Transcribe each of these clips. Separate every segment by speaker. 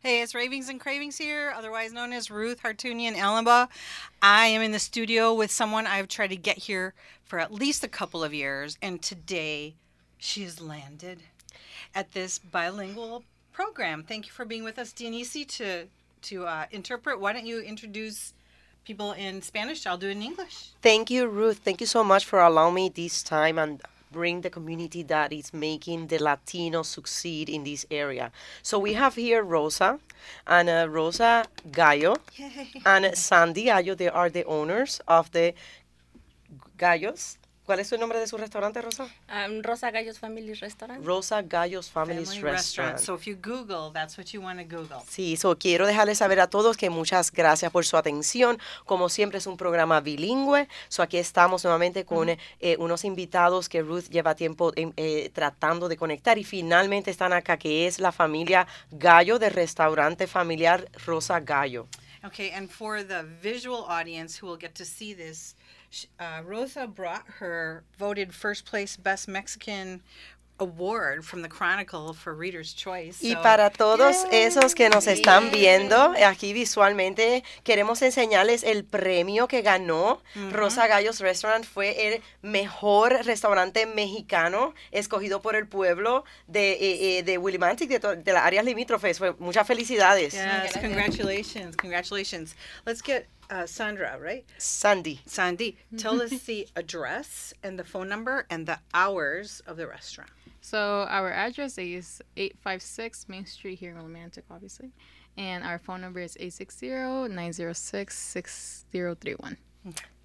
Speaker 1: Hey, it's Ravings and Cravings here, otherwise known as Ruth Hartunian Allenba. I am in the studio with someone I've tried to get here for at least a couple of years, and today she has landed at this bilingual program. Thank you for being with us, Dianisi, to to uh, interpret. Why don't you introduce people in Spanish? I'll do it in English.
Speaker 2: Thank you, Ruth. Thank you so much for allowing me this time and bring the community that is making the Latino succeed in this area. So we have here Rosa and uh, Rosa Gallo and Sandy Gallo. They are the owners of the Gallos. ¿Cuál es el nombre de su restaurante, Rosa?
Speaker 3: Um, Rosa Gallos Family Restaurant.
Speaker 2: Rosa Gallos Family
Speaker 1: Family
Speaker 2: Restaurant.
Speaker 1: So if you Google, that's what you want to Google.
Speaker 2: Sí, so quiero dejarles saber a todos que muchas gracias por su atención. Como siempre es un programa bilingüe, so aquí estamos nuevamente con eh, unos invitados que Ruth lleva tiempo em, eh, tratando de conectar y finalmente están acá, que es la familia Gallo del restaurante familiar Rosa Gallo.
Speaker 1: Okay, and for the visual audience who will get to see this, sh- uh, Rosa brought her voted first place Best Mexican award from the Chronicle for Reader's Choice.
Speaker 2: Y
Speaker 1: so-
Speaker 2: para todos esos que nos están viendo eh, aquí visualmente, queremos enseñarles el premio que ganó Rosa Gallos Restaurant. Fue el mejor restaurante mexicano escogido por el pueblo de, eh, eh, de Willimantic, de, to- de las áreas limítrofes. Fue- muchas felicidades,
Speaker 1: yes,
Speaker 3: Gracias.
Speaker 1: congratulations, congratulations. Let's get uh, Sandra, right?
Speaker 2: Sandy.
Speaker 1: Sandy, tell us the address and the phone number and the hours of the restaurant.
Speaker 4: So our address is 856 Main Street here in Romantic, obviously. And our phone number is 860-906-6031.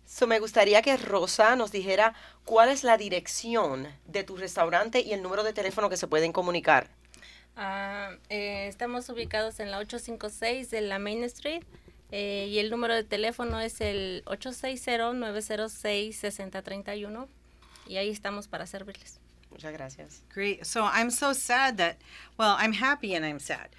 Speaker 2: So, me gustaría que Rosa nos dijera cuál es la dirección de tu restaurante y el número de teléfono que se pueden comunicar.
Speaker 3: Ah, eh, estamos ubicados en la 856 de la Main Street eh, y el número de teléfono es el 860-906-6031 y ahí estamos para servirles.
Speaker 2: Muchas gracias.
Speaker 1: Great. So I'm so sad that, well, I'm happy and I'm sad.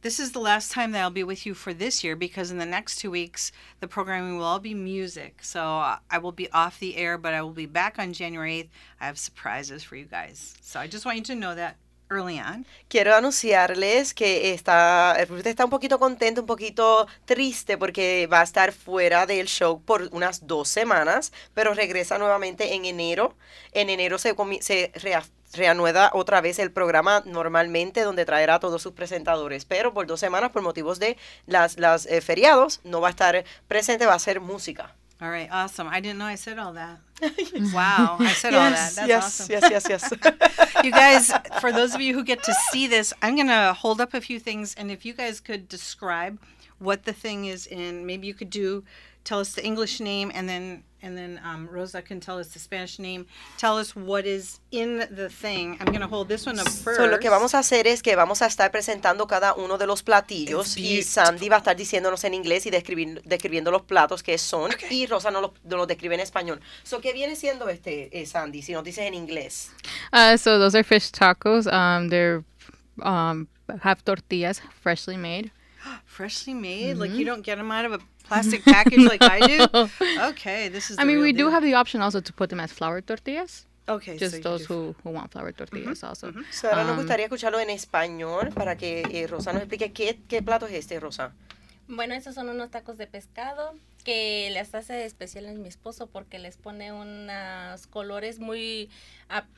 Speaker 1: This is the last time that I'll be with you for this year because in the next two weeks, the programming will all be music. So uh, I will be off the air, but I will be back on January 8th. I have surprises for you guys. So I just want you to know that early on.
Speaker 2: Quiero anunciarles que está, Ruth está un poquito contenta, un poquito triste porque va a estar fuera del show por unas dos semanas, pero regresa nuevamente en enero. En enero se, comi- se rea- reanuda otra vez el programa normalmente donde traerá a todos sus presentadores, pero por dos semanas por motivos de las, las eh, feriados no va a estar presente, va a ser música.
Speaker 1: All right. Awesome. I didn't know I said all that. wow. I said all that.
Speaker 2: Yes,
Speaker 1: That's
Speaker 2: yes,
Speaker 1: awesome.
Speaker 2: yes, yes, yes.
Speaker 1: you guys, for those of you who get to see this, I'm going to hold up a few things. And if you guys could describe what the thing is in, maybe you could do, tell us the English name and then. And then um, Rosa can tell us the Spanish name. Tell us what is in the thing. I'm going to hold this one up first.
Speaker 2: So, lo que vamos a hacer es que vamos a estar presentando cada uno de los
Speaker 1: It's
Speaker 2: platillos y Sandy va a estar diciéndonos en inglés y describir- describiendo los platos que son y Rosa nos los nos los describe en español. So, ¿Qué viene siendo este, eh, Sandy, si nos dices en inglés?
Speaker 4: Uh, so those are fish tacos. Um, they're um, have tortillas freshly made.
Speaker 1: Freshly made? Like
Speaker 4: Mm-hmm.
Speaker 1: you don't get them out of a plastic package like I do? Okay, this is.
Speaker 4: I
Speaker 1: the
Speaker 4: mean,
Speaker 1: real
Speaker 4: we do
Speaker 1: deal.
Speaker 4: have the option also to put them as flour tortillas.
Speaker 1: Okay, so
Speaker 4: Just
Speaker 1: you Mm-hmm,
Speaker 4: those
Speaker 1: do-
Speaker 4: who, who want flour tortillas also.
Speaker 2: So, ahora nos
Speaker 4: Um,
Speaker 2: gustaría escucharlo en español para que eh, Rosa nos explique qué, qué plato es este, Rosa.
Speaker 3: Bueno, esos son unos tacos de pescado que les hace especiales mi esposo porque les pone unos colores muy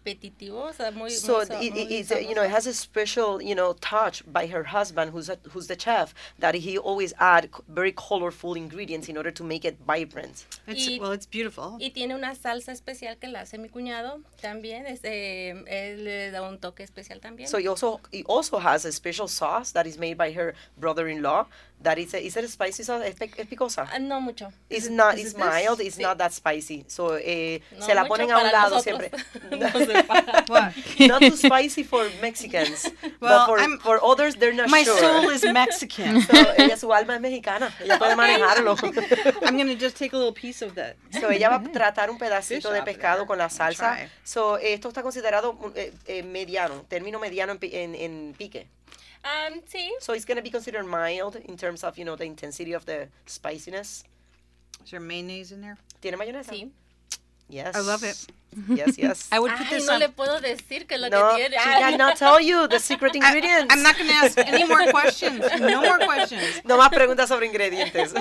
Speaker 3: apetitivos, o sea, muy, muy
Speaker 2: So,
Speaker 3: sa-
Speaker 2: it, it-
Speaker 3: muy
Speaker 2: it's, uh, you know, it
Speaker 3: sabrosos.
Speaker 2: has a special, you know, touch by her husband, who's a, who's the chef, that he always add co- very colorful ingredients in order to make it vibrant.
Speaker 1: It's,
Speaker 3: Y-
Speaker 1: well, it's beautiful.
Speaker 3: Y tiene una salsa especial que la hace mi cuñado también. Este, él le da un toque especial también.
Speaker 2: So he also he also has a special sauce that is made by her brother-in-law. That is a, is it a spicy sauce? Es, pic- es picosa.
Speaker 3: Ah, no mucho.
Speaker 2: It's not.
Speaker 1: is
Speaker 2: It's
Speaker 1: it this?
Speaker 2: mild. It's
Speaker 3: Sí.
Speaker 2: not that spicy. So eh,
Speaker 3: No
Speaker 2: se la
Speaker 3: mucho
Speaker 2: ponen a un
Speaker 3: para
Speaker 2: lado siempre.
Speaker 3: nosotros. No sé, para-
Speaker 1: What?
Speaker 2: not too spicy for Mexicans,
Speaker 1: Well,
Speaker 2: but for,
Speaker 1: I'm-
Speaker 2: for others they're not
Speaker 1: My
Speaker 2: sure.
Speaker 1: soul is Mexican.
Speaker 2: so, ella su alma es mexicana. Ella puede manejarlo.
Speaker 1: I'm gonna just take a little piece of that.
Speaker 2: So, ella va a tratar un
Speaker 1: Fish
Speaker 2: pedacito de
Speaker 1: up there.
Speaker 2: pescado con la salsa.
Speaker 1: Try.
Speaker 2: So, esto está considerado mm, eh, eh, mediano, término mediano en, pi- en, en pique.
Speaker 3: Um, sí.
Speaker 2: So it's gonna be considered mild in terms of you know the intensity of the spiciness.
Speaker 1: Is there mayonnaise in there?
Speaker 2: Tiene mayonesa.
Speaker 3: Sí.
Speaker 2: Yes.
Speaker 1: I love it.
Speaker 2: Yes, yes.
Speaker 1: I would put
Speaker 3: Ay,
Speaker 1: this
Speaker 3: no
Speaker 1: on.
Speaker 3: le puedo decir que lo
Speaker 2: no,
Speaker 3: que
Speaker 2: she
Speaker 3: tiene. Ah. Ay,
Speaker 2: cannot tell you the secret ingredients.
Speaker 1: I'm not going to ask any more questions. No more questions.
Speaker 2: No más preguntas sobre ingredientes.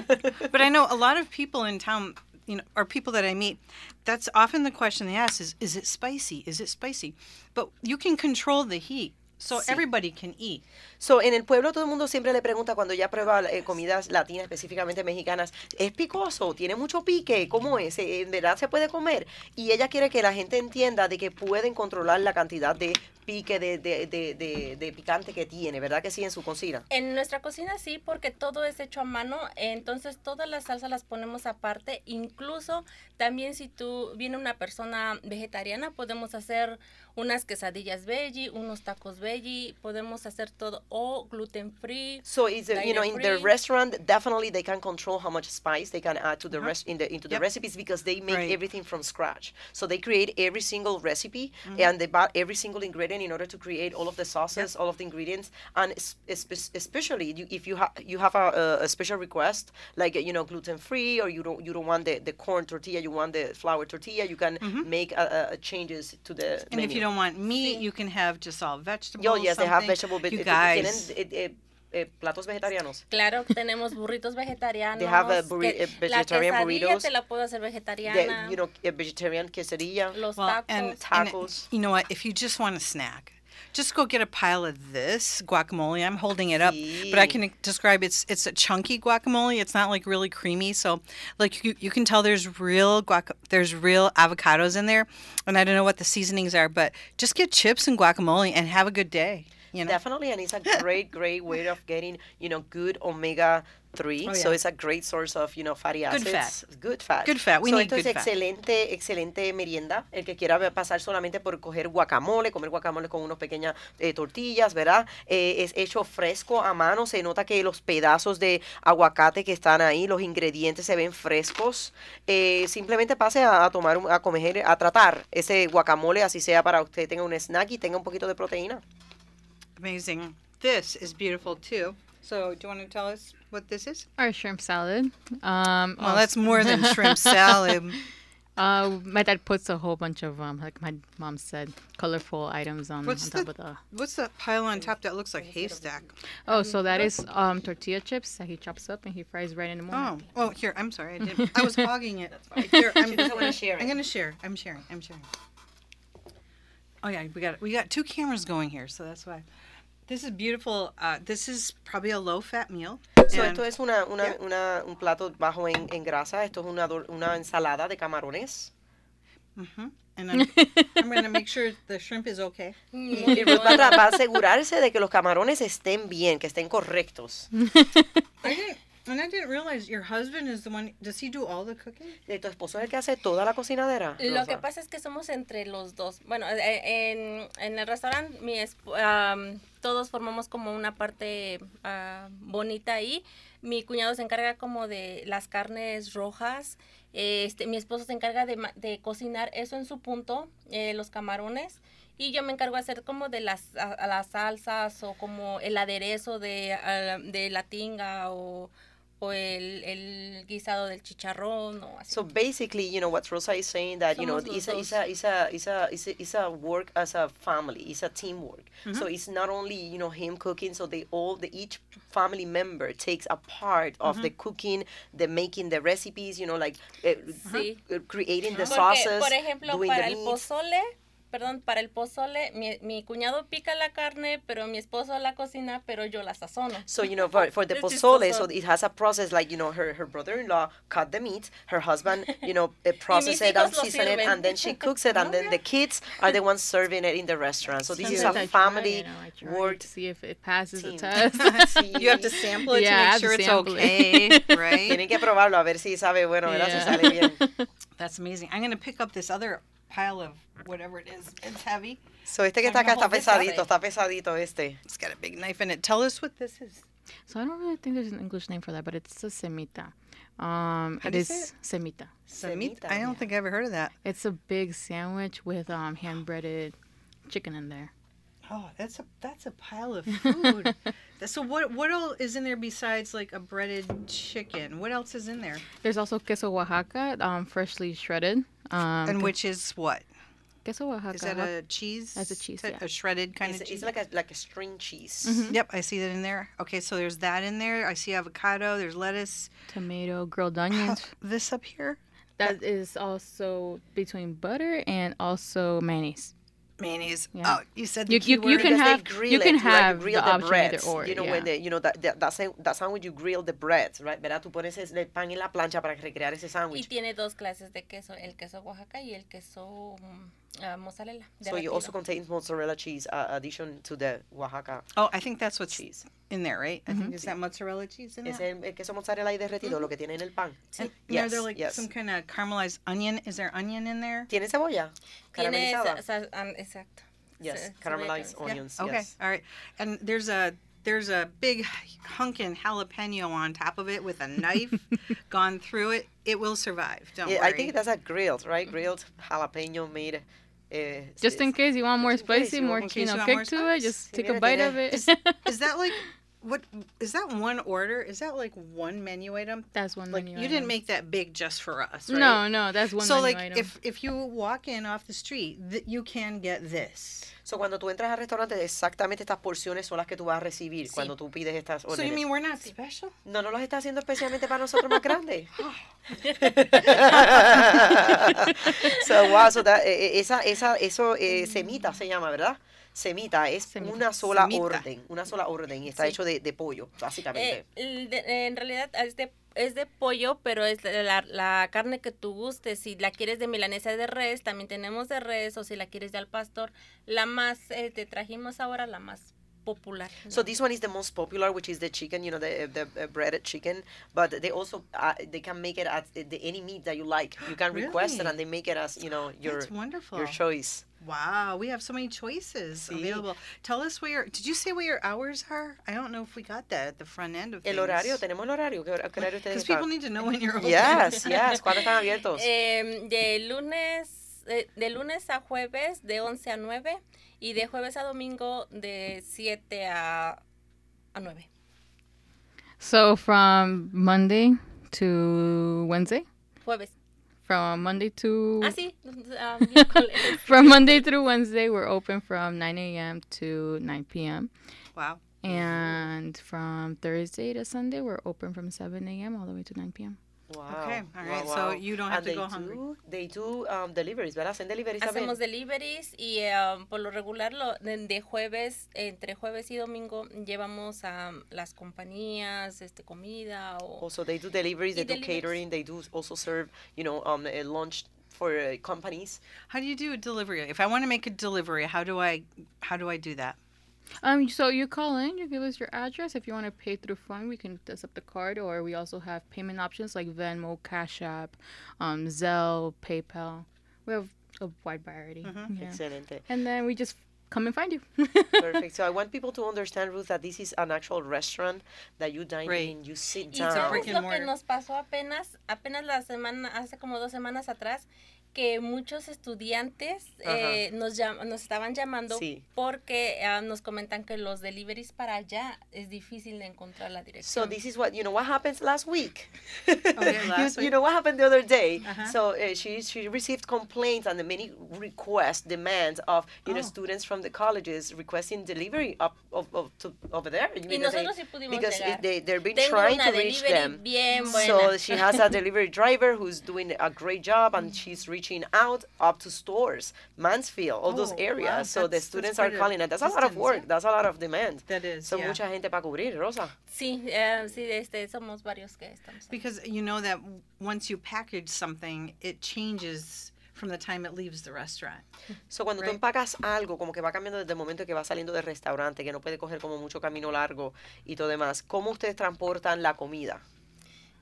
Speaker 1: But I know a lot of people in town, you know, or people that I meet, that's often the question they ask is, is it spicy? Is it spicy? But you can control the heat. So everybody can eat.
Speaker 2: So, en el pueblo todo el mundo siempre le pregunta cuando ya prueba eh, comidas latinas, específicamente mexicanas, ¿es picoso? ¿Tiene mucho pique? ¿Cómo es? Eh, ¿En verdad se puede comer? Y ella quiere que la gente entienda de que pueden controlar la cantidad de pique, de, de, de, de- de picante que tiene, ¿verdad que sí? En su cocina.
Speaker 3: En nuestra cocina sí, porque todo es hecho a mano, entonces todas las salsas las ponemos aparte, incluso también si tú viene una persona vegetariana, podemos hacer unas quesadillas veggie, unos tacos veggie, podemos hacer todo o gluten free.
Speaker 2: So it's uh, you know in the
Speaker 3: Dairy-free.
Speaker 2: restaurant definitely they can control how much spice they can add to the rest in the into the
Speaker 1: Uh-huh. Yep.
Speaker 2: recipes because they make
Speaker 1: Right.
Speaker 2: everything from scratch. So they create every single recipe
Speaker 1: Mm-hmm.
Speaker 2: and they buy every single ingredient in order to create all of the sauces, all of the ingredients, and es- espe- especially you, if you have you have a, a- a special request like uh, you know gluten free or you don't you don't want the, the corn tortilla you want the flour tortilla you can make uh, uh, changes to the
Speaker 1: Mm-hmm. And if you
Speaker 2: menu.
Speaker 1: don't want meat, you can have just all vegetables.
Speaker 2: Yo, yes they have
Speaker 1: something.
Speaker 2: vegetable but
Speaker 1: You guys.
Speaker 2: tienen eh, eh, eh, platos vegetarianos.
Speaker 3: Claro, tenemos burritos vegetarianos.
Speaker 2: They have a burri-
Speaker 3: que-
Speaker 2: a vegetarian
Speaker 3: la quesadilla
Speaker 2: burritos.
Speaker 3: te la puedo hacer vegetariana.
Speaker 2: the, you know, a vegetarian quesadilla.
Speaker 3: los
Speaker 1: Well,
Speaker 3: tacos.
Speaker 1: and, and it-
Speaker 2: Tacos.
Speaker 1: you know what? If you just want a snack, just go get a pile of this guacamole. I'm holding it up, but I
Speaker 2: Sí.
Speaker 1: can describe it's it's a chunky guacamole. It's not like really creamy, so like you, you can tell there's real guac there's real avocados in there, and I don't know what the seasonings are, but just get chips and guacamole and have a good day. You know,
Speaker 2: Definitely, and it's a great, great way of getting, you know, good omega three.
Speaker 1: Oh,
Speaker 2: So
Speaker 1: yeah.
Speaker 2: it's a great source of, you know, fatty
Speaker 1: Good fat.
Speaker 2: acids. Good fat.
Speaker 1: Good fat, we
Speaker 2: so
Speaker 1: need
Speaker 2: esto es
Speaker 1: good fat.
Speaker 2: excelente, excelente merienda. El que quiera pasar solamente por coger guacamole, comer guacamole con unas pequeñas eh, tortillas, ¿verdad? Eh, es hecho fresco a mano. Se nota que los pedazos de aguacate que están ahí, los ingredientes se ven frescos. Eh, simplemente pase a, a tomar, un- a comer, a tratar ese guacamole, así sea para usted tenga un snack y tenga un poquito de proteína.
Speaker 1: amazing. This is beautiful too. So, do you want to tell us what this is?
Speaker 4: Our shrimp salad. Um,
Speaker 1: Well,
Speaker 4: als-
Speaker 1: that's more than shrimp salad.
Speaker 4: Uh, my dad puts a whole bunch of um, like my mom said, colorful items on, on
Speaker 1: What's
Speaker 4: top
Speaker 1: the-
Speaker 4: of the.
Speaker 1: What's that pile on top that looks like haystack?
Speaker 4: Oh, so that is um tortilla chips that he chops up and he fries right in the
Speaker 1: Oh,
Speaker 4: morning.
Speaker 1: oh, here. I'm sorry. I didn't. I was hogging it. Here, I'm,
Speaker 2: She doesn't wanna share
Speaker 1: I'm
Speaker 2: it.
Speaker 1: gonna share. I'm sharing. I'm sharing. Oh yeah, we got we got two cameras going here, so that's why. This is beautiful. Uh, this is probably a low-fat meal.
Speaker 2: So,
Speaker 1: and-
Speaker 2: esto es una, una,
Speaker 1: Yeah.
Speaker 2: una- un plato bajo en, en grasa. Esto es una, dor- una ensalada de camarones.
Speaker 1: and I'm, I'm gonna make sure the shrimp is okay.
Speaker 3: mm, Muy
Speaker 2: Y Ruth va a tra-
Speaker 3: bueno.
Speaker 2: va a asegurarse de que los camarones estén bien, que estén correctos.
Speaker 1: I didn't, and I didn't realize your husband is the one. Does he do all the cooking?
Speaker 2: Eh, ¿Tu esposo es el que hace toda la cocinadera?
Speaker 3: Lo que
Speaker 2: Rosa?
Speaker 3: pasa es que somos entre los dos. Bueno, eh, en, en el restaurante mi esp- am, todos formamos como una parte ah, bonita ahí. Mi cuñado se encarga como de las carnes rojas. Este, mi esposo se encarga de, ma- de cocinar eso en su punto, eh, los camarones. Y yo me encargo de hacer como de las, a- a las salsas o como el aderezo de, ah, de la tinga o, o el, el guisado del chicharrón o así.
Speaker 2: So basically, you know what Rosa is saying that you know
Speaker 3: Somos los
Speaker 2: it's a, it's
Speaker 3: dos.
Speaker 2: a it's a it's a it's a, it's a work as a family. It's a teamwork. So
Speaker 3: Mm-hmm.
Speaker 2: it's not only you know him cooking. So they all the each family member takes a part of the
Speaker 3: Mm-hmm.
Speaker 2: cooking, the making the recipes. You know like uh,
Speaker 3: Mm-hmm. Sí.
Speaker 2: uh, creating the
Speaker 3: Porque,
Speaker 2: sauces,
Speaker 3: por ejemplo,
Speaker 2: doing
Speaker 3: para
Speaker 2: the
Speaker 3: el
Speaker 2: meat.
Speaker 3: pozole, perdón, para el pozole, mi, mi cuñado pica la carne, pero mi esposo la cocina, pero yo la sazono.
Speaker 2: So you know for, for the
Speaker 3: It's
Speaker 2: pozole, so
Speaker 3: chistoso.
Speaker 2: it has a process like you know her her brother-in-law cut the meat, her husband you know uh, process it
Speaker 3: hijos
Speaker 2: and
Speaker 3: lo
Speaker 2: season it,
Speaker 3: sirven.
Speaker 2: and then she cooks it, and then the kids are the ones serving it in the restaurant. So this is a
Speaker 4: Sometimes I try
Speaker 2: family
Speaker 4: it and I try
Speaker 2: work.
Speaker 4: to see if it passes
Speaker 2: team.
Speaker 4: the test.
Speaker 1: You have to sample it
Speaker 4: Yeah, I have
Speaker 1: to
Speaker 4: to
Speaker 1: make sure it's
Speaker 4: sample
Speaker 1: okay,
Speaker 4: it.
Speaker 1: right?
Speaker 2: Tienen que probarlo a ver si sabe bueno, ¿verdad? Si
Speaker 4: Yeah.
Speaker 2: sale bien.
Speaker 1: That's amazing. I'm gonna pick up this other pile of whatever it is. It's heavy.
Speaker 2: So este que
Speaker 1: I'm
Speaker 2: está acá
Speaker 1: gonna
Speaker 2: está
Speaker 1: hold this up.
Speaker 2: pesadito, está pesadito este.
Speaker 1: It's got a big knife in it. Tell us what this is.
Speaker 4: so I don't really think there's an English name for that, but it's a semita. Um, it
Speaker 1: do you
Speaker 4: is
Speaker 1: say
Speaker 4: semita.
Speaker 1: Samit.
Speaker 2: Semita,
Speaker 1: I don't think I ever heard of that.
Speaker 4: It's a big sandwich with um hand breaded chicken in there.
Speaker 1: Oh, that's a that's a pile of food. That's- so what what all is in there besides like a breaded chicken? What else is in there?
Speaker 4: There's also queso Oaxaca, um, freshly shredded. Um,
Speaker 1: And which is what?
Speaker 4: queso Oaxaca.
Speaker 1: Is that a cheese?
Speaker 4: That's a cheese,
Speaker 1: type-
Speaker 4: yeah.
Speaker 1: A shredded kind
Speaker 2: It's,
Speaker 1: of
Speaker 2: it's
Speaker 1: cheese.
Speaker 2: like a like a string cheese.
Speaker 4: Mm-hmm.
Speaker 1: Yep, I see that in there. Okay, so there's that in there. I see avocado. There's lettuce. Oh,
Speaker 4: tomato grilled onions.
Speaker 1: This up here,
Speaker 4: that is also between butter and also mayonnaise.
Speaker 1: mayonnaise.
Speaker 4: Yeah.
Speaker 1: Oh, you said the
Speaker 4: You,
Speaker 1: key
Speaker 4: you, you
Speaker 1: word.
Speaker 4: can
Speaker 2: Because they
Speaker 4: have
Speaker 2: grill
Speaker 4: you
Speaker 2: it,
Speaker 4: can
Speaker 2: like,
Speaker 4: have
Speaker 2: grill
Speaker 4: the
Speaker 2: the
Speaker 4: option
Speaker 2: breads,
Speaker 4: either or.
Speaker 2: You know,
Speaker 4: yeah.
Speaker 2: when they, you know, that, that, that, sa- that sandwich you grill the breads, right? ¿Verdad? Tú pones es- el pan en la plancha para recrear ese
Speaker 3: Y
Speaker 2: sándwich.
Speaker 3: tiene dos clases de queso, el queso Oaxaca y el queso mm, ah, mozzarella.
Speaker 2: So you
Speaker 3: derretido.
Speaker 2: also contains mozzarella cheese uh, addition to the Oaxaca
Speaker 1: Oh, I think that's what's
Speaker 2: cheese.
Speaker 1: in there, right?
Speaker 4: Mm-hmm.
Speaker 1: I think is that mozzarella cheese in
Speaker 2: Es
Speaker 1: there.
Speaker 2: el, el queso mozzarella y
Speaker 1: Mm.
Speaker 2: derretido, lo que tiene en el pan. Eh,
Speaker 1: And are
Speaker 2: Yes,
Speaker 1: there like
Speaker 2: yes.
Speaker 1: some kind of caramelized onion? Is there onion in there?
Speaker 2: ¿Tiene cebolla?
Speaker 3: Tiene sa-
Speaker 2: Caramelizada.
Speaker 3: sa- ah, exacto.
Speaker 2: Yes,
Speaker 3: Ce- cebolla
Speaker 2: caramelized
Speaker 3: caramelizada.
Speaker 1: Yeah,
Speaker 2: onions,
Speaker 1: Okay.
Speaker 2: yes.
Speaker 1: All right. And there's a there's a big hunkin jalapeno on top of it with a knife gone through it. It will survive. Don't
Speaker 2: Yeah,
Speaker 1: worry. Mm-hmm.
Speaker 2: I think that's a grilled, right? Grilled jalapeno made. eh,
Speaker 4: just in
Speaker 2: it's-
Speaker 4: case you want more
Speaker 2: just in case
Speaker 4: spicy,
Speaker 2: you
Speaker 4: more
Speaker 1: want- in case
Speaker 4: you know,
Speaker 1: you want
Speaker 4: kick
Speaker 1: more
Speaker 4: to it.
Speaker 1: spice.
Speaker 4: Just
Speaker 2: Sí,
Speaker 4: take a
Speaker 2: mira,
Speaker 4: bite
Speaker 2: tiene-
Speaker 4: of it.
Speaker 1: is that like what is that one order? Is that like one menu item?
Speaker 4: That's one
Speaker 1: Like
Speaker 4: menu.
Speaker 1: you
Speaker 4: item.
Speaker 1: didn't make that big just for us, right?
Speaker 4: No, no, that's one
Speaker 1: So
Speaker 4: menu
Speaker 1: like
Speaker 4: item.
Speaker 1: if if you walk in off the street, th- you can get this.
Speaker 2: So, cuando tú entras al restaurante, exactamente estas porciones son las que tú vas a recibir cuando tú pides estas
Speaker 1: So you
Speaker 2: órdenes.
Speaker 1: mean we're not special?
Speaker 2: No, no los está haciendo especialmente para nosotros más grandes. Ah. so, wow, so that- eh, eh, esa, esa, eso, eh, semita se llama, ¿verdad? Semita es
Speaker 4: Semita.
Speaker 2: una sola
Speaker 1: Semita.
Speaker 2: orden, una sola orden y está
Speaker 3: Sí.
Speaker 2: hecho de, de pollo, básicamente.
Speaker 3: Eh, el de- en realidad es de, es de pollo, pero es de la, la carne que tú gustes. Si la quieres de milanesa de res, también tenemos de res, o si la quieres de al pastor. La más, eh, te trajimos ahora la más popular.
Speaker 2: So this one is the most popular, which is the chicken, you know, the the uh, breaded chicken. But they also uh, they can make it at eh, the, any meat that you like. You can request it,
Speaker 1: Really?
Speaker 2: and they make it as you know your
Speaker 1: That's wonderful.
Speaker 2: your choice.
Speaker 1: Wow, we have so many choices
Speaker 2: Sí.
Speaker 1: available. Tell us where your did you say what your hours are? I don't know if we got that at the front end of
Speaker 2: El
Speaker 1: things.
Speaker 2: horario tenemos el horario. ¿Qué hora- qué horario
Speaker 1: Because
Speaker 2: ustedes están?
Speaker 1: people need to know when you're open.
Speaker 2: Yes, yes. ¿Cuándo están abiertos?
Speaker 3: Eh, de lunes eh, de lunes a jueves de 11 a 9 y de jueves a domingo de 7 a, a 9.
Speaker 4: so from Monday to Wednesday,
Speaker 3: Jueves.
Speaker 4: from Monday to
Speaker 3: Ah, sí. ah, miércoles.
Speaker 4: from Monday through Wednesday, we're open from 9 a.m. to 9 p.m.
Speaker 1: Wow.
Speaker 4: And from Thursday to Sunday, we're open from 7 a.m. all the way to 9 p.m.
Speaker 2: Wow.
Speaker 1: Okay, all
Speaker 2: wow,
Speaker 1: right, so
Speaker 2: wow.
Speaker 1: you don't have
Speaker 2: And
Speaker 1: to
Speaker 2: they
Speaker 1: go hungry.
Speaker 2: do- they do um, deliveries, ¿verdad? Hacen deliveries
Speaker 3: Hacemos
Speaker 2: también.
Speaker 3: deliveries y ah, por lo regular lo, de, de jueves, entre jueves y domingo llevamos a um, las compañías este, comida o...
Speaker 2: Also, they do deliveries.
Speaker 3: Y
Speaker 2: They do
Speaker 3: deliveries.
Speaker 2: catering. They do also serve, you know, um, a lunch for uh, companies.
Speaker 1: How do you do a delivery? If I want to make a delivery, how do I how do I do that?
Speaker 4: Um, so you call in, you give us your address. If you want to pay through phone, we can accept the card, or we also have payment options like Venmo, Cash App, um, Zelle, PayPal. We have a wide variety.
Speaker 1: Mm-hmm.
Speaker 4: Yeah.
Speaker 2: Excelente.
Speaker 4: And then we just come and find you.
Speaker 2: Perfect. So I want people to understand, Ruth, that this is an actual restaurant that you dine
Speaker 1: Right.
Speaker 2: in, you sit
Speaker 3: Y
Speaker 2: down.
Speaker 3: sabes
Speaker 1: brick and
Speaker 3: lo
Speaker 1: mortar.
Speaker 3: que nos pasó apenas, apenas la semana, hace como dos semanas atrás, que muchos estudiantes
Speaker 2: Ajá.
Speaker 3: eh, nos, llam- nos estaban llamando
Speaker 2: Sí.
Speaker 3: porque ah, nos comentan que los deliveries para allá es difícil de encontrar la dirección.
Speaker 2: So this is what you know. What happens last week? you,
Speaker 1: last
Speaker 2: you
Speaker 1: week.
Speaker 2: know what happened the other day.
Speaker 1: Uh-huh.
Speaker 2: So uh, she she received complaints and many requests, demands of you know
Speaker 1: Oh.
Speaker 2: students from the colleges requesting delivery up of, of to, over there. You
Speaker 3: y
Speaker 2: because they-
Speaker 3: nosotros sí pudimos
Speaker 2: because
Speaker 3: llegar.
Speaker 2: it- they they've been
Speaker 3: Tengo
Speaker 2: trying
Speaker 3: una
Speaker 2: to reach
Speaker 3: delivery
Speaker 2: them.
Speaker 3: bien buena.
Speaker 2: So she has a delivery driver who's doing a great job, and she's reaching out up to stores, Mansfield, all those
Speaker 1: Oh,
Speaker 2: areas.
Speaker 1: wow,
Speaker 2: so the
Speaker 1: that's- that's
Speaker 2: students are
Speaker 1: quite a
Speaker 2: calling, and that's a lot of
Speaker 1: distance,
Speaker 2: work.
Speaker 1: yeah.
Speaker 2: That's a lot of demand.
Speaker 1: That is,
Speaker 2: So
Speaker 1: yeah.
Speaker 2: mucha gente para cubrir, Rosa.
Speaker 3: Sí, eh, sí, este, somos varios que estamos. ahí.
Speaker 1: Because you know that w- once you package something, it changes from the time it leaves the restaurant.
Speaker 2: So cuando tú
Speaker 1: Right.
Speaker 2: empacas algo, como que va cambiando desde el momento que va saliendo del restaurante, que no puede coger como mucho camino largo y todo demás. ¿Cómo ustedes transportan la comida?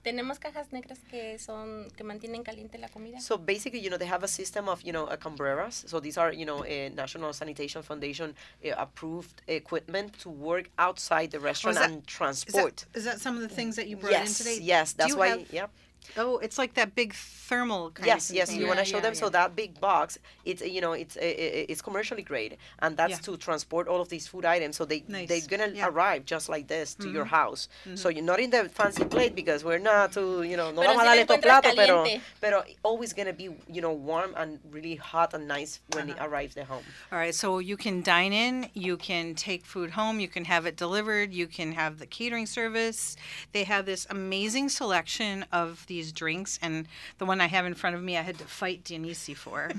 Speaker 3: Tenemos cajas negras que son que mantienen caliente la comida.
Speaker 2: So basically, you know, they have a system of, you know, uh, Cambreras. So these are, you know, uh, National Sanitation Foundation uh, approved equipment to work outside the restaurant
Speaker 1: that-
Speaker 2: and
Speaker 1: Is that,
Speaker 2: transport.
Speaker 1: is that some of the things that you brought
Speaker 2: Yes,
Speaker 1: in today?
Speaker 2: yes,
Speaker 1: Do
Speaker 2: that's
Speaker 1: you
Speaker 2: why.
Speaker 1: have-
Speaker 2: yep.
Speaker 1: Oh, it's like that big thermal kind
Speaker 2: yes
Speaker 1: of
Speaker 2: yes you
Speaker 1: container.
Speaker 2: want to
Speaker 4: Yeah,
Speaker 2: show
Speaker 4: yeah,
Speaker 2: them so
Speaker 4: yeah.
Speaker 2: that big box it's uh, you know it's uh, uh, it's commercially grade and that's to transport all of these food items so they
Speaker 1: Nice.
Speaker 2: they're gonna
Speaker 1: Yeah. Mm-hmm.
Speaker 2: arrive just like this to your house so you're not in the fancy plate because we're not to you know no
Speaker 3: Pero
Speaker 2: vamos a
Speaker 3: sí lo
Speaker 2: darle estos
Speaker 3: encuentras
Speaker 2: platos pero
Speaker 3: caliente.
Speaker 2: pero always gonna be you know warm and really hot and nice when it arrives at home
Speaker 1: All right, so you can dine in, you can take food home, you can have it delivered, you can have the catering service. They have this amazing selection of these drinks, and the one I have in front of me, I had to fight Dionysi for.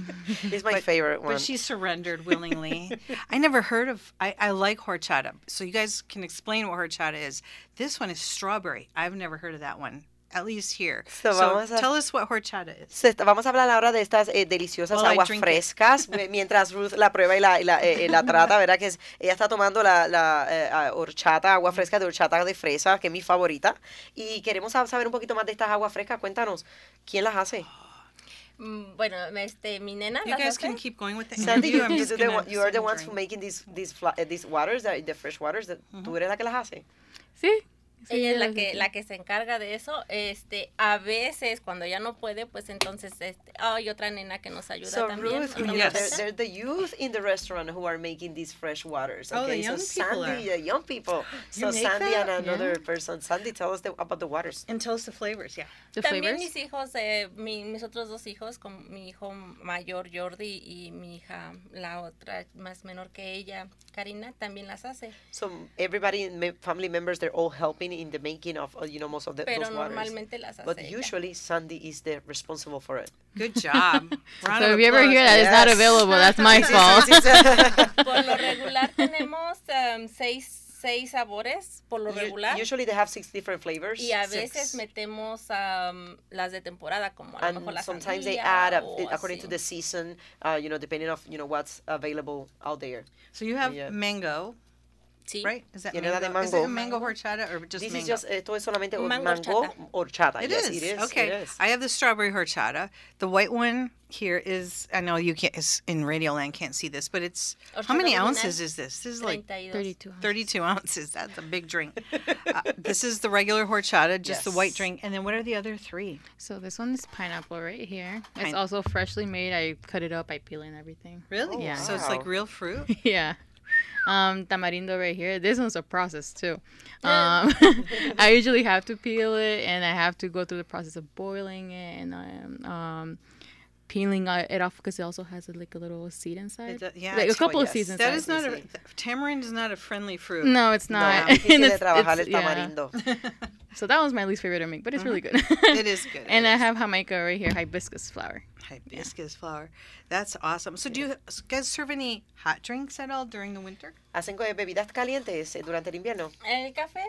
Speaker 2: it's my favorite one
Speaker 1: But she surrendered willingly. I never heard of. I, I like horchata, so you guys can explain what horchata is. This one is strawberry. I've never heard of that one, at least here.
Speaker 2: So vamos a-
Speaker 1: tell us what horchata is.
Speaker 2: Se- Vamos a hablar ahora de estas eh, deliciosas
Speaker 1: Well, I
Speaker 2: aguas
Speaker 1: drink it.
Speaker 2: frescas, eh, mientras Ruth la prueba y la, y la, eh, eh, la trata, ¿verdad? Que es- ella está tomando la, la, eh, ah, horchata, agua fresca de horchata de fresa, que es mi favorita. Y queremos sab- saber un poquito más de estas aguas frescas. Cuéntanos, ¿quién las hace?
Speaker 3: Mm, Bueno, este, mi nena.
Speaker 1: You
Speaker 3: las
Speaker 1: guys
Speaker 3: hace.
Speaker 1: can keep going with the
Speaker 2: Sandy,
Speaker 1: interview.
Speaker 2: you,
Speaker 1: I'm
Speaker 2: you
Speaker 1: just
Speaker 2: do the
Speaker 1: gonna
Speaker 2: one- you are the
Speaker 1: sip and
Speaker 2: ones
Speaker 1: drink.
Speaker 2: who making these, these, fla- eh, these waters, the, the fresh waters. that- Tú eres la que las hace.
Speaker 4: Sí. Sí,
Speaker 3: Ella es la
Speaker 4: las-
Speaker 3: que, la que se encarga de eso. Este, a veces cuando ya no puede, pues entonces este, hay otra nena que nos ayuda
Speaker 2: So
Speaker 3: también.
Speaker 2: Ruth,
Speaker 3: otra
Speaker 2: you know,
Speaker 1: Yes.
Speaker 3: muchacha.
Speaker 2: they're, they're the youth in the restaurant who are making these fresh waters.
Speaker 1: Oh, the
Speaker 2: Okay,
Speaker 1: young
Speaker 2: so
Speaker 1: people
Speaker 2: Sandy,
Speaker 1: are.
Speaker 2: the young people. So
Speaker 1: make
Speaker 2: Sandy
Speaker 1: that?
Speaker 2: and another person. Sandy, tell us the, about the waters.
Speaker 1: And tell us the flavors. Yeah.
Speaker 4: The
Speaker 3: También
Speaker 4: flavors.
Speaker 3: mis hijos, eh, mi- mis otros dos hijos, con mi hijo mayor Jordi y mi hija, la otra más menor que ella, Karina, también las hace.
Speaker 2: So everybody, in me- family members, they're all helping in the making of, uh, you know, most of the,
Speaker 3: Pero
Speaker 2: those waters.
Speaker 3: normalmente las hace.
Speaker 2: But
Speaker 3: ella.
Speaker 2: usually Sandy is the responsible for it.
Speaker 1: Good job. Round of
Speaker 4: So if you ever
Speaker 1: applause.
Speaker 4: hear that it's not
Speaker 2: Yes.
Speaker 4: available, that's my fault.
Speaker 3: Por lo regular tenemos em, seis, seis sabores, por lo
Speaker 2: U-
Speaker 3: regular.
Speaker 2: Usually they have six different flavors.
Speaker 3: Y a
Speaker 2: six.
Speaker 3: veces metemos am, las de temporada, como a lo mejor
Speaker 2: and
Speaker 3: la
Speaker 2: sometimes they
Speaker 3: sandía
Speaker 2: add up
Speaker 3: o
Speaker 2: it- according to
Speaker 3: así.
Speaker 2: the season, uh, you know, depending of you know what's available out there.
Speaker 1: So you have
Speaker 2: Yeah.
Speaker 1: mango,
Speaker 3: Sí.
Speaker 1: right? Is that
Speaker 2: Tiene la
Speaker 1: mango?
Speaker 2: de
Speaker 1: Is it a
Speaker 2: mango.
Speaker 1: mango horchata or just
Speaker 2: this
Speaker 1: mango?
Speaker 2: is just esto es solamente un
Speaker 3: Mango
Speaker 2: mango
Speaker 3: horchata.
Speaker 2: horchata.
Speaker 1: It
Speaker 2: yes,
Speaker 1: is.
Speaker 2: it is.
Speaker 1: Okay.
Speaker 2: It is.
Speaker 1: I have the strawberry horchata. The white one here is I know you can't it's in Radioland can't see this, but it's how
Speaker 4: Oh,
Speaker 3: Horchata
Speaker 1: many
Speaker 3: original.
Speaker 1: ounces is this? This is like
Speaker 3: 32.
Speaker 4: 32.
Speaker 1: 32 ounces. That's a big drink. uh, this is the regular horchata, just the white
Speaker 2: Yes.
Speaker 1: drink. And then what are the other three?
Speaker 4: So this one is pineapple right here. It's
Speaker 1: Pine-
Speaker 4: also freshly made. I cut it up. I peel and everything.
Speaker 1: Really?
Speaker 4: Yeah.
Speaker 1: Oh, So it's like
Speaker 2: wow.
Speaker 1: real fruit.
Speaker 4: yeah. Um, tamarindo right here. This one's a process too. Um, I usually have to peel it, and I have to go through the process of boiling it and um, um, peeling uh, it off because it also has like a little seed inside.
Speaker 1: It does- yeah,
Speaker 4: like a
Speaker 1: it's-
Speaker 4: couple
Speaker 2: yes.
Speaker 4: of seeds inside.
Speaker 1: That is not a
Speaker 2: easy.
Speaker 1: tamarind is not a friendly fruit.
Speaker 4: no, it's
Speaker 2: No,
Speaker 4: not.
Speaker 2: difícil
Speaker 4: And
Speaker 2: de
Speaker 4: it's-
Speaker 2: trabajar el
Speaker 4: it's- yeah.
Speaker 2: tamarindo.
Speaker 4: So that one's my least favorite to make, but it's really good.
Speaker 1: Uh-huh. It is good.
Speaker 4: and
Speaker 1: It
Speaker 4: I
Speaker 1: is.
Speaker 4: have jamaica right here, hibiscus flower.
Speaker 1: hibiscus flower. That's awesome. So do you guys serve any hot drinks at all during the winter?
Speaker 2: Hacen co- bebidas calientes eh, durante el invierno.
Speaker 3: El café.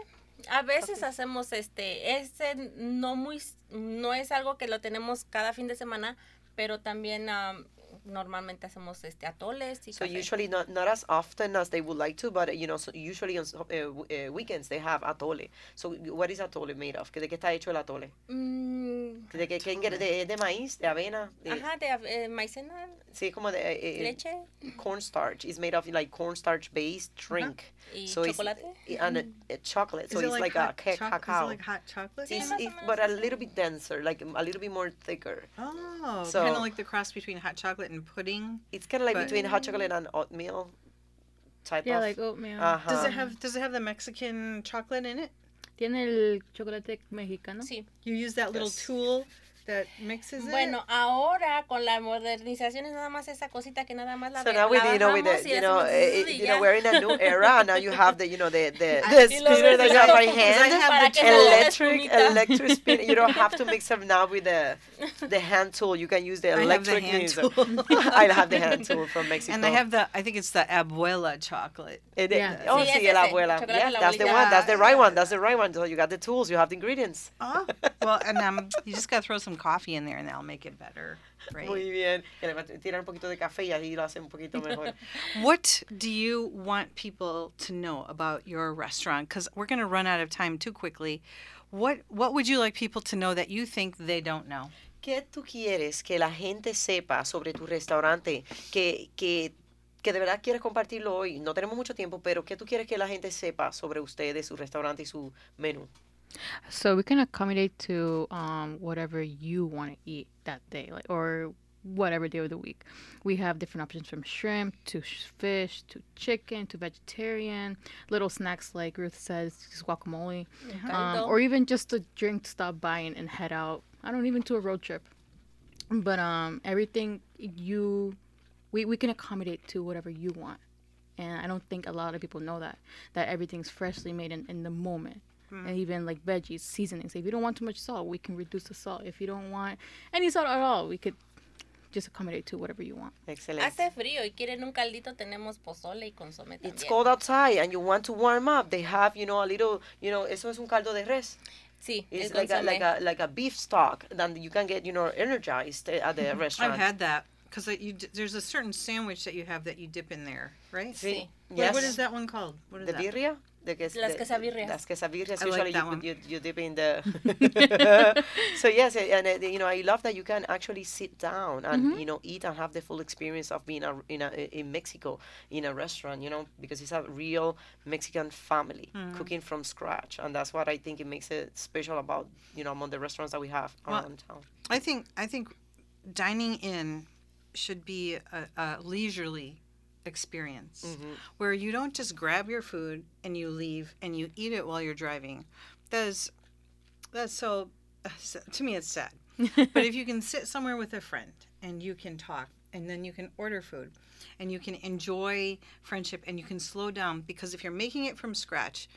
Speaker 3: A veces hacemos este, este no muy, no es algo que lo tenemos cada fin de semana, pero también am, normalmente hacemos este atoles y
Speaker 2: So
Speaker 3: café.
Speaker 2: usually not not as often as they would like to, but you know, so usually on s- uh, w- uh, weekends they have atole. So what is atole made of? ¿De qué está hecho el atole?
Speaker 3: Mm,
Speaker 2: ¿De qué, qué ingre- de, es de maíz, de avena? De,
Speaker 3: ajá, de av- eh, maicena,
Speaker 2: Sí, es como de eh, eh,
Speaker 3: leche
Speaker 2: cornstarch. It's made of like cornstarch based drink.
Speaker 3: y
Speaker 2: So it's-
Speaker 3: chocolate.
Speaker 2: i- and a, a chocolate. So it's like, a
Speaker 1: hot
Speaker 2: ca-
Speaker 1: choc- Is
Speaker 2: cacao.
Speaker 1: it like hot chocolate?
Speaker 3: Sí,
Speaker 2: It's-
Speaker 3: más o
Speaker 2: it's-
Speaker 3: menos
Speaker 2: but a
Speaker 3: así.
Speaker 2: little bit denser, like a little bit more thicker.
Speaker 1: Oh,
Speaker 2: So-
Speaker 1: kind of like the cross between hot chocolate and pudding.
Speaker 2: It's kind of like
Speaker 1: But-
Speaker 2: between hot chocolate and oatmeal type
Speaker 4: Yeah,
Speaker 2: of.
Speaker 4: like oatmeal.
Speaker 2: uh-huh.
Speaker 1: Does it have Does it have the Mexican chocolate in it?
Speaker 4: Tiene el chocolate mexicano.
Speaker 3: Sí.
Speaker 1: You use that little
Speaker 2: Yes.
Speaker 1: tool that mixes it.
Speaker 3: Bueno, ahora con la modernización es nada más esa cosita que nada más la
Speaker 2: So
Speaker 3: ve-
Speaker 2: now with
Speaker 3: la
Speaker 2: you know with
Speaker 3: bajamos
Speaker 2: the
Speaker 3: y
Speaker 2: you know
Speaker 3: hacemos
Speaker 2: eh,
Speaker 3: zzz y
Speaker 2: you know
Speaker 3: ya.
Speaker 2: we're in a new era and now you have the you know the the, the
Speaker 3: Ay, y lo
Speaker 2: spinner that you have right
Speaker 3: desinfectamos.
Speaker 1: I
Speaker 2: hand
Speaker 1: have the
Speaker 3: Para que se vea la
Speaker 2: electric
Speaker 3: espumita.
Speaker 2: electric spinner you don't have to mix them now with the the hand tool you can use the
Speaker 1: I have the
Speaker 2: electric
Speaker 1: hand
Speaker 2: means of-
Speaker 1: tool.
Speaker 2: I have the hand tool from Mexico
Speaker 1: and I have the. I think it's the abuela chocolate.
Speaker 2: It,
Speaker 4: Yeah.
Speaker 2: oh
Speaker 3: Sí,
Speaker 2: sí,
Speaker 3: es
Speaker 2: el
Speaker 3: ese,
Speaker 2: abuela
Speaker 3: chocolate
Speaker 2: yeah
Speaker 3: de la
Speaker 2: that's the
Speaker 3: abuelita.
Speaker 2: one that's the right one that's the right one so you got the tools you have the ingredients
Speaker 1: Oh, well, and um, you just gotta throw some coffee in there, and that'll make it better. Right.
Speaker 2: muy bien que le va a tirar un poquito de café y ahí lo hace un poquito mejor
Speaker 1: What do you want people to know about your restaurant? Because we're going to run out of time too quickly. What What would you like people to know that you think they don't know?
Speaker 2: ¿Qué tú quieres que la gente sepa sobre tu restaurante? Que, que, que de verdad quieres compartirlo hoy. No tenemos mucho tiempo, pero ¿qué tú quieres que la gente sepa sobre ustedes, su restaurante y su menú?
Speaker 4: So we can accommodate to um, whatever you want to eat that day, like or whatever day of the week. We have different options from shrimp to sh- fish to chicken to vegetarian. Little snacks like Ruth says, just guacamole, um,
Speaker 3: Caldo.
Speaker 4: or even just a drink to stop by and, and head out. I don't even do a road trip, but um, everything you we, we can accommodate to whatever you want. And I don't think a lot of people know that that everything's freshly made in, in the moment. And even like veggies, seasonings. If you don't want too much salt, we can reduce the salt. If you don't want any salt at all, we could just accommodate to whatever you want.
Speaker 2: Excelente.
Speaker 3: Hace frío y quieren un caldito, tenemos pozole y consome también.
Speaker 2: It's cold outside and you want to warm up. They have, you know, a little, you know, eso es un caldo de res.
Speaker 3: sí, el
Speaker 2: It's like a,
Speaker 3: consomé.
Speaker 2: like a like a beef stock that you can get, you know, energized at the restaurant.
Speaker 1: I've had that because there's a certain sandwich that you have that you dip in there, right?
Speaker 2: Sí.
Speaker 1: What-
Speaker 2: Yes.
Speaker 1: What is that one called? What is
Speaker 2: The
Speaker 1: that?
Speaker 2: birria? The ques-
Speaker 3: Las
Speaker 2: the-
Speaker 3: quesabirrias.
Speaker 2: Las quesabirrias.
Speaker 1: I like
Speaker 2: Usually
Speaker 1: that
Speaker 2: you,
Speaker 1: one.
Speaker 2: put- you, you dip in the. so yes, eh, and eh, you know I love that you can actually sit down and
Speaker 3: Mm-hmm.
Speaker 2: you know eat and have the full experience of being a, in a, eh, in Mexico in a restaurant. You know because it's a real Mexican family
Speaker 1: Mm.
Speaker 2: cooking from scratch, and that's what I think it makes it special about you know among the restaurants that we have
Speaker 1: Well,
Speaker 2: around town.
Speaker 1: I think I think dining in should be a, a leisurely experience where you don't just grab your food and you leave and you eat it while you're driving. That is that's so to me it's sad. but if you can sit somewhere with a friend and you can talk and then you can order food and you can enjoy friendship and you can slow down because if you're making it from scratch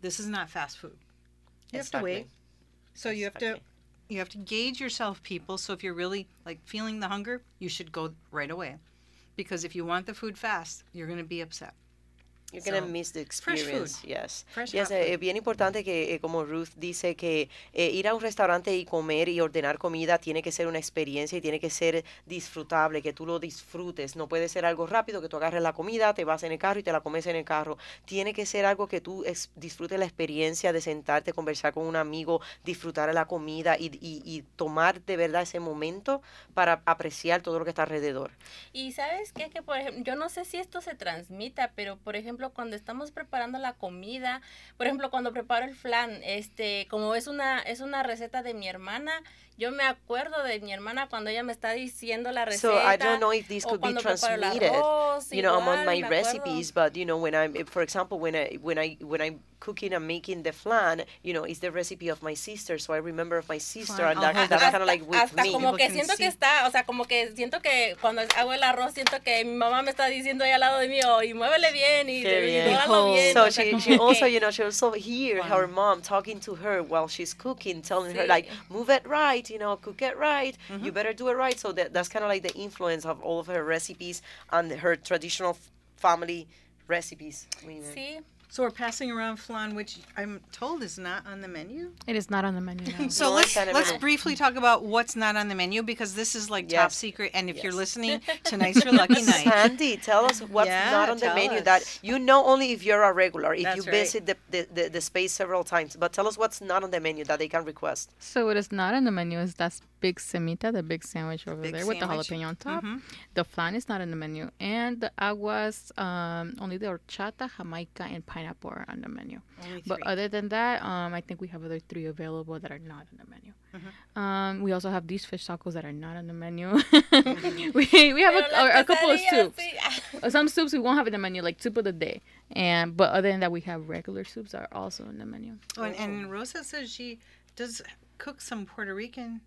Speaker 1: this is not fast food. You have to
Speaker 2: Exactly.
Speaker 1: wait. So you have to
Speaker 2: Exactly.
Speaker 1: you have to gauge yourself, people. So if you're really like feeling the hunger, you should go right away, because if you want the food fast, you're going to be upset.
Speaker 2: You're gonna
Speaker 1: So,
Speaker 2: miss the
Speaker 1: fresh food.
Speaker 2: experience, yes.
Speaker 1: Fresh
Speaker 2: yes,
Speaker 1: hot
Speaker 2: eh,
Speaker 1: food.
Speaker 2: es bien importante que, eh, como Ruth dice, que eh, ir a un restaurante y comer y ordenar comida tiene que ser una experiencia y tiene que ser disfrutable, que tú lo disfrutes. No puede ser algo rápido, que tú agarres la comida, te vas en el carro y te la comes en el carro. Tiene que ser algo que tú ex- disfrutes la experiencia de sentarte, conversar con un amigo, disfrutar la comida y, y- y tomar de verdad ese momento para apreciar todo lo que está alrededor.
Speaker 3: Y sabes qué, que por ejemplo, yo no sé si esto se transmita, pero por ejemplo, cuando estamos preparando la comida, por ejemplo, cuando preparo el flan, este, como es una es una receta de mi hermana, yo me acuerdo de mi hermana cuando ella me está diciendo la receta.
Speaker 2: So I don't know if this
Speaker 3: o
Speaker 2: could be
Speaker 3: cuando preparo el
Speaker 2: transmitted,
Speaker 3: arroz,
Speaker 2: you know, among
Speaker 3: igual,
Speaker 2: my
Speaker 3: me acuerdo.
Speaker 2: recipes. But you know, when I'm, for example, when I when I when I'm cooking and making the flan, you know, it's the recipe of my sister, so I remember of my sister,
Speaker 1: Flan,
Speaker 2: and that,
Speaker 1: ajá.
Speaker 2: that's kind of
Speaker 3: hasta,
Speaker 2: like with
Speaker 3: oh, hasta
Speaker 2: me.
Speaker 3: como
Speaker 1: People
Speaker 3: que
Speaker 1: can
Speaker 3: siento
Speaker 1: see.
Speaker 3: que está, o sea, como que siento que cuando hago el arroz, siento que mi mamá me está diciendo ahí al lado de mí, oh, y muévele bien, y,
Speaker 2: Qué
Speaker 3: y
Speaker 2: bien.
Speaker 3: dóralo bien.
Speaker 2: So
Speaker 3: o sea,
Speaker 2: she,
Speaker 3: como
Speaker 2: she also,
Speaker 3: que-
Speaker 2: you know, she also hear her mom talking to her while she's cooking, telling her like, move it right, you know, cook it right, you better do it right. So that, that's kind of like the influence of all of her recipes and her traditional f- family recipes. you know.
Speaker 3: Sí,
Speaker 1: So we're passing around flan, which I'm told is not on the menu.
Speaker 4: It is not on the menu now.
Speaker 1: So
Speaker 2: No,
Speaker 1: let's
Speaker 2: it's not on the
Speaker 1: let's
Speaker 2: menu.
Speaker 1: briefly talk about what's not on the menu because this is like top
Speaker 2: Yes.
Speaker 1: secret. And if you're
Speaker 2: Yes.
Speaker 1: listening, tonight's your lucky night.
Speaker 2: Sandy, tell us what's
Speaker 1: Yeah,
Speaker 2: not on the
Speaker 1: tell
Speaker 2: menu
Speaker 1: us.
Speaker 2: that you know only if you're a regular, if you
Speaker 1: That's right.
Speaker 2: visit the, the, the, the space several times. But tell us what's not on the menu that they can request.
Speaker 4: So what is not on the menu is that's big semita, the big sandwich over
Speaker 1: big
Speaker 4: there
Speaker 1: sandwich. Mm-hmm.
Speaker 4: with the jalapeno on top. The flan is not on the menu, and the aguas, um, only the horchata, jamaica, and pineapple are on the menu.
Speaker 1: Only
Speaker 4: But
Speaker 1: three.
Speaker 4: other than that, um, I think we have other three available that are not on the menu.
Speaker 1: Mm-hmm.
Speaker 4: Um, we also have these fish tacos that are not on the menu.
Speaker 1: Mm-hmm.
Speaker 4: we, we have
Speaker 3: pero
Speaker 4: a,
Speaker 3: las
Speaker 4: a, a couple of
Speaker 3: quesadillas,
Speaker 4: soups.
Speaker 3: sí.
Speaker 4: Uh, Some soups we won't have in the menu, like soup of the day. And but other than that, we have regular soups that are also on the menu.
Speaker 1: Oh, and, and Rosa says she does cook some Puerto Rican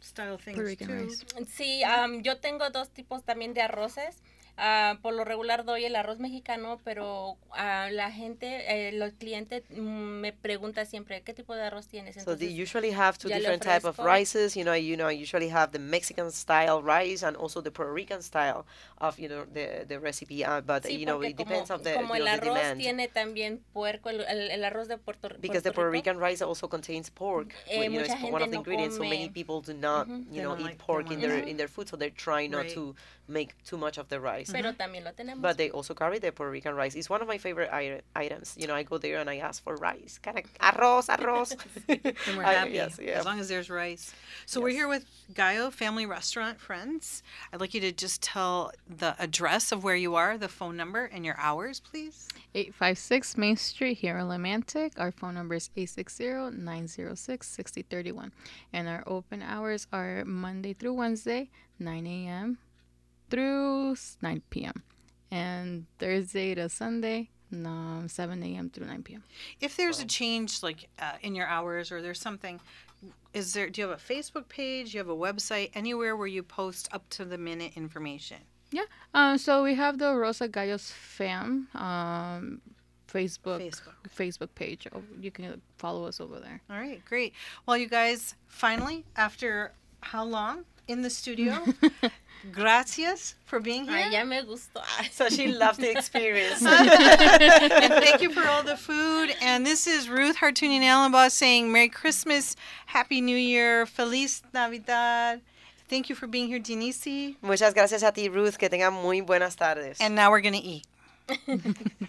Speaker 1: style things
Speaker 4: Puerto Rican
Speaker 1: too.
Speaker 4: rice.
Speaker 3: Sí, am, yo tengo dos tipos también de arroces. Ah, por lo regular doy el arroz mexicano, pero ah, la gente, eh, los clientes mm, me pregunta siempre, ¿qué tipo de arroz tienes?
Speaker 2: So they
Speaker 3: Entonces,
Speaker 2: usually have two
Speaker 3: ya le
Speaker 2: different type of
Speaker 3: ofrezco.
Speaker 2: rices. You know, you know, I usually have the Mexican style rice and also the Puerto Rican style of you know the the recipe. Uh, but
Speaker 3: sí,
Speaker 2: you know,
Speaker 3: porque
Speaker 2: it depends
Speaker 3: como,
Speaker 2: on the, you
Speaker 3: como el
Speaker 2: know, the
Speaker 3: arroz
Speaker 2: demand
Speaker 3: tiene también puerco, el, el- el arroz de Puerto Rico.
Speaker 2: because the Puerto Rican rice also contains pork.
Speaker 3: Eh,
Speaker 2: you know,
Speaker 3: mucha
Speaker 2: it's one of
Speaker 3: gente
Speaker 2: the
Speaker 3: no
Speaker 2: ingredients. So many
Speaker 3: come.
Speaker 2: people do not, you
Speaker 1: They
Speaker 2: know,
Speaker 1: don't
Speaker 2: eat
Speaker 1: like- they
Speaker 2: pork in
Speaker 1: want
Speaker 2: their
Speaker 1: that.
Speaker 2: in their food, so they're trying not
Speaker 1: Right.
Speaker 2: to make too much of the rice.
Speaker 3: pero también lo tenemos.
Speaker 2: uh-huh. But they also carry the Puerto Rican rice. It's one of my favorite i- items. You know, I go there and I ask for rice. Kind of arroz, arroz.
Speaker 1: And we're
Speaker 2: I-
Speaker 1: happy
Speaker 2: yes, yeah.
Speaker 1: as long as there's rice. So we're here with Gallo Family Restaurant Friends. I'd like you to just tell the address of where you are, the phone number, and your hours, please.
Speaker 4: 856 Main Street here in Lamantic. Our phone number is 860-906-6031. And our open hours are Monday through Wednesday, 9 a.m. through s- 9 p.m. And Thursday to Sunday, um, 7 a.m. through 9 p.m.
Speaker 1: If there's a change, like uh, in your hours, or there's something, is there? Do you have a Facebook page? Do you have a website? Anywhere where you post up to the minute information?
Speaker 4: Yeah. Um, so we have the Rosa Gallos fam um, Facebook,
Speaker 1: Facebook.
Speaker 4: Facebook page. Oh, You can follow us over there.
Speaker 1: All right, great. Well, you guys, finally, after how long in the studio? gracias for being here.
Speaker 2: Uh,
Speaker 3: Ay, ya me gustó. Ay,
Speaker 2: So she loved the experience.
Speaker 1: and thank you for all the food. And this is Ruth Hartunian Allenbaugh saying Merry Christmas, Happy New Year, Feliz Navidad. Thank you for being here, Denise.
Speaker 2: Muchas gracias a ti, Ruth. Que tengan muy buenas tardes.
Speaker 1: And now we're going to eat.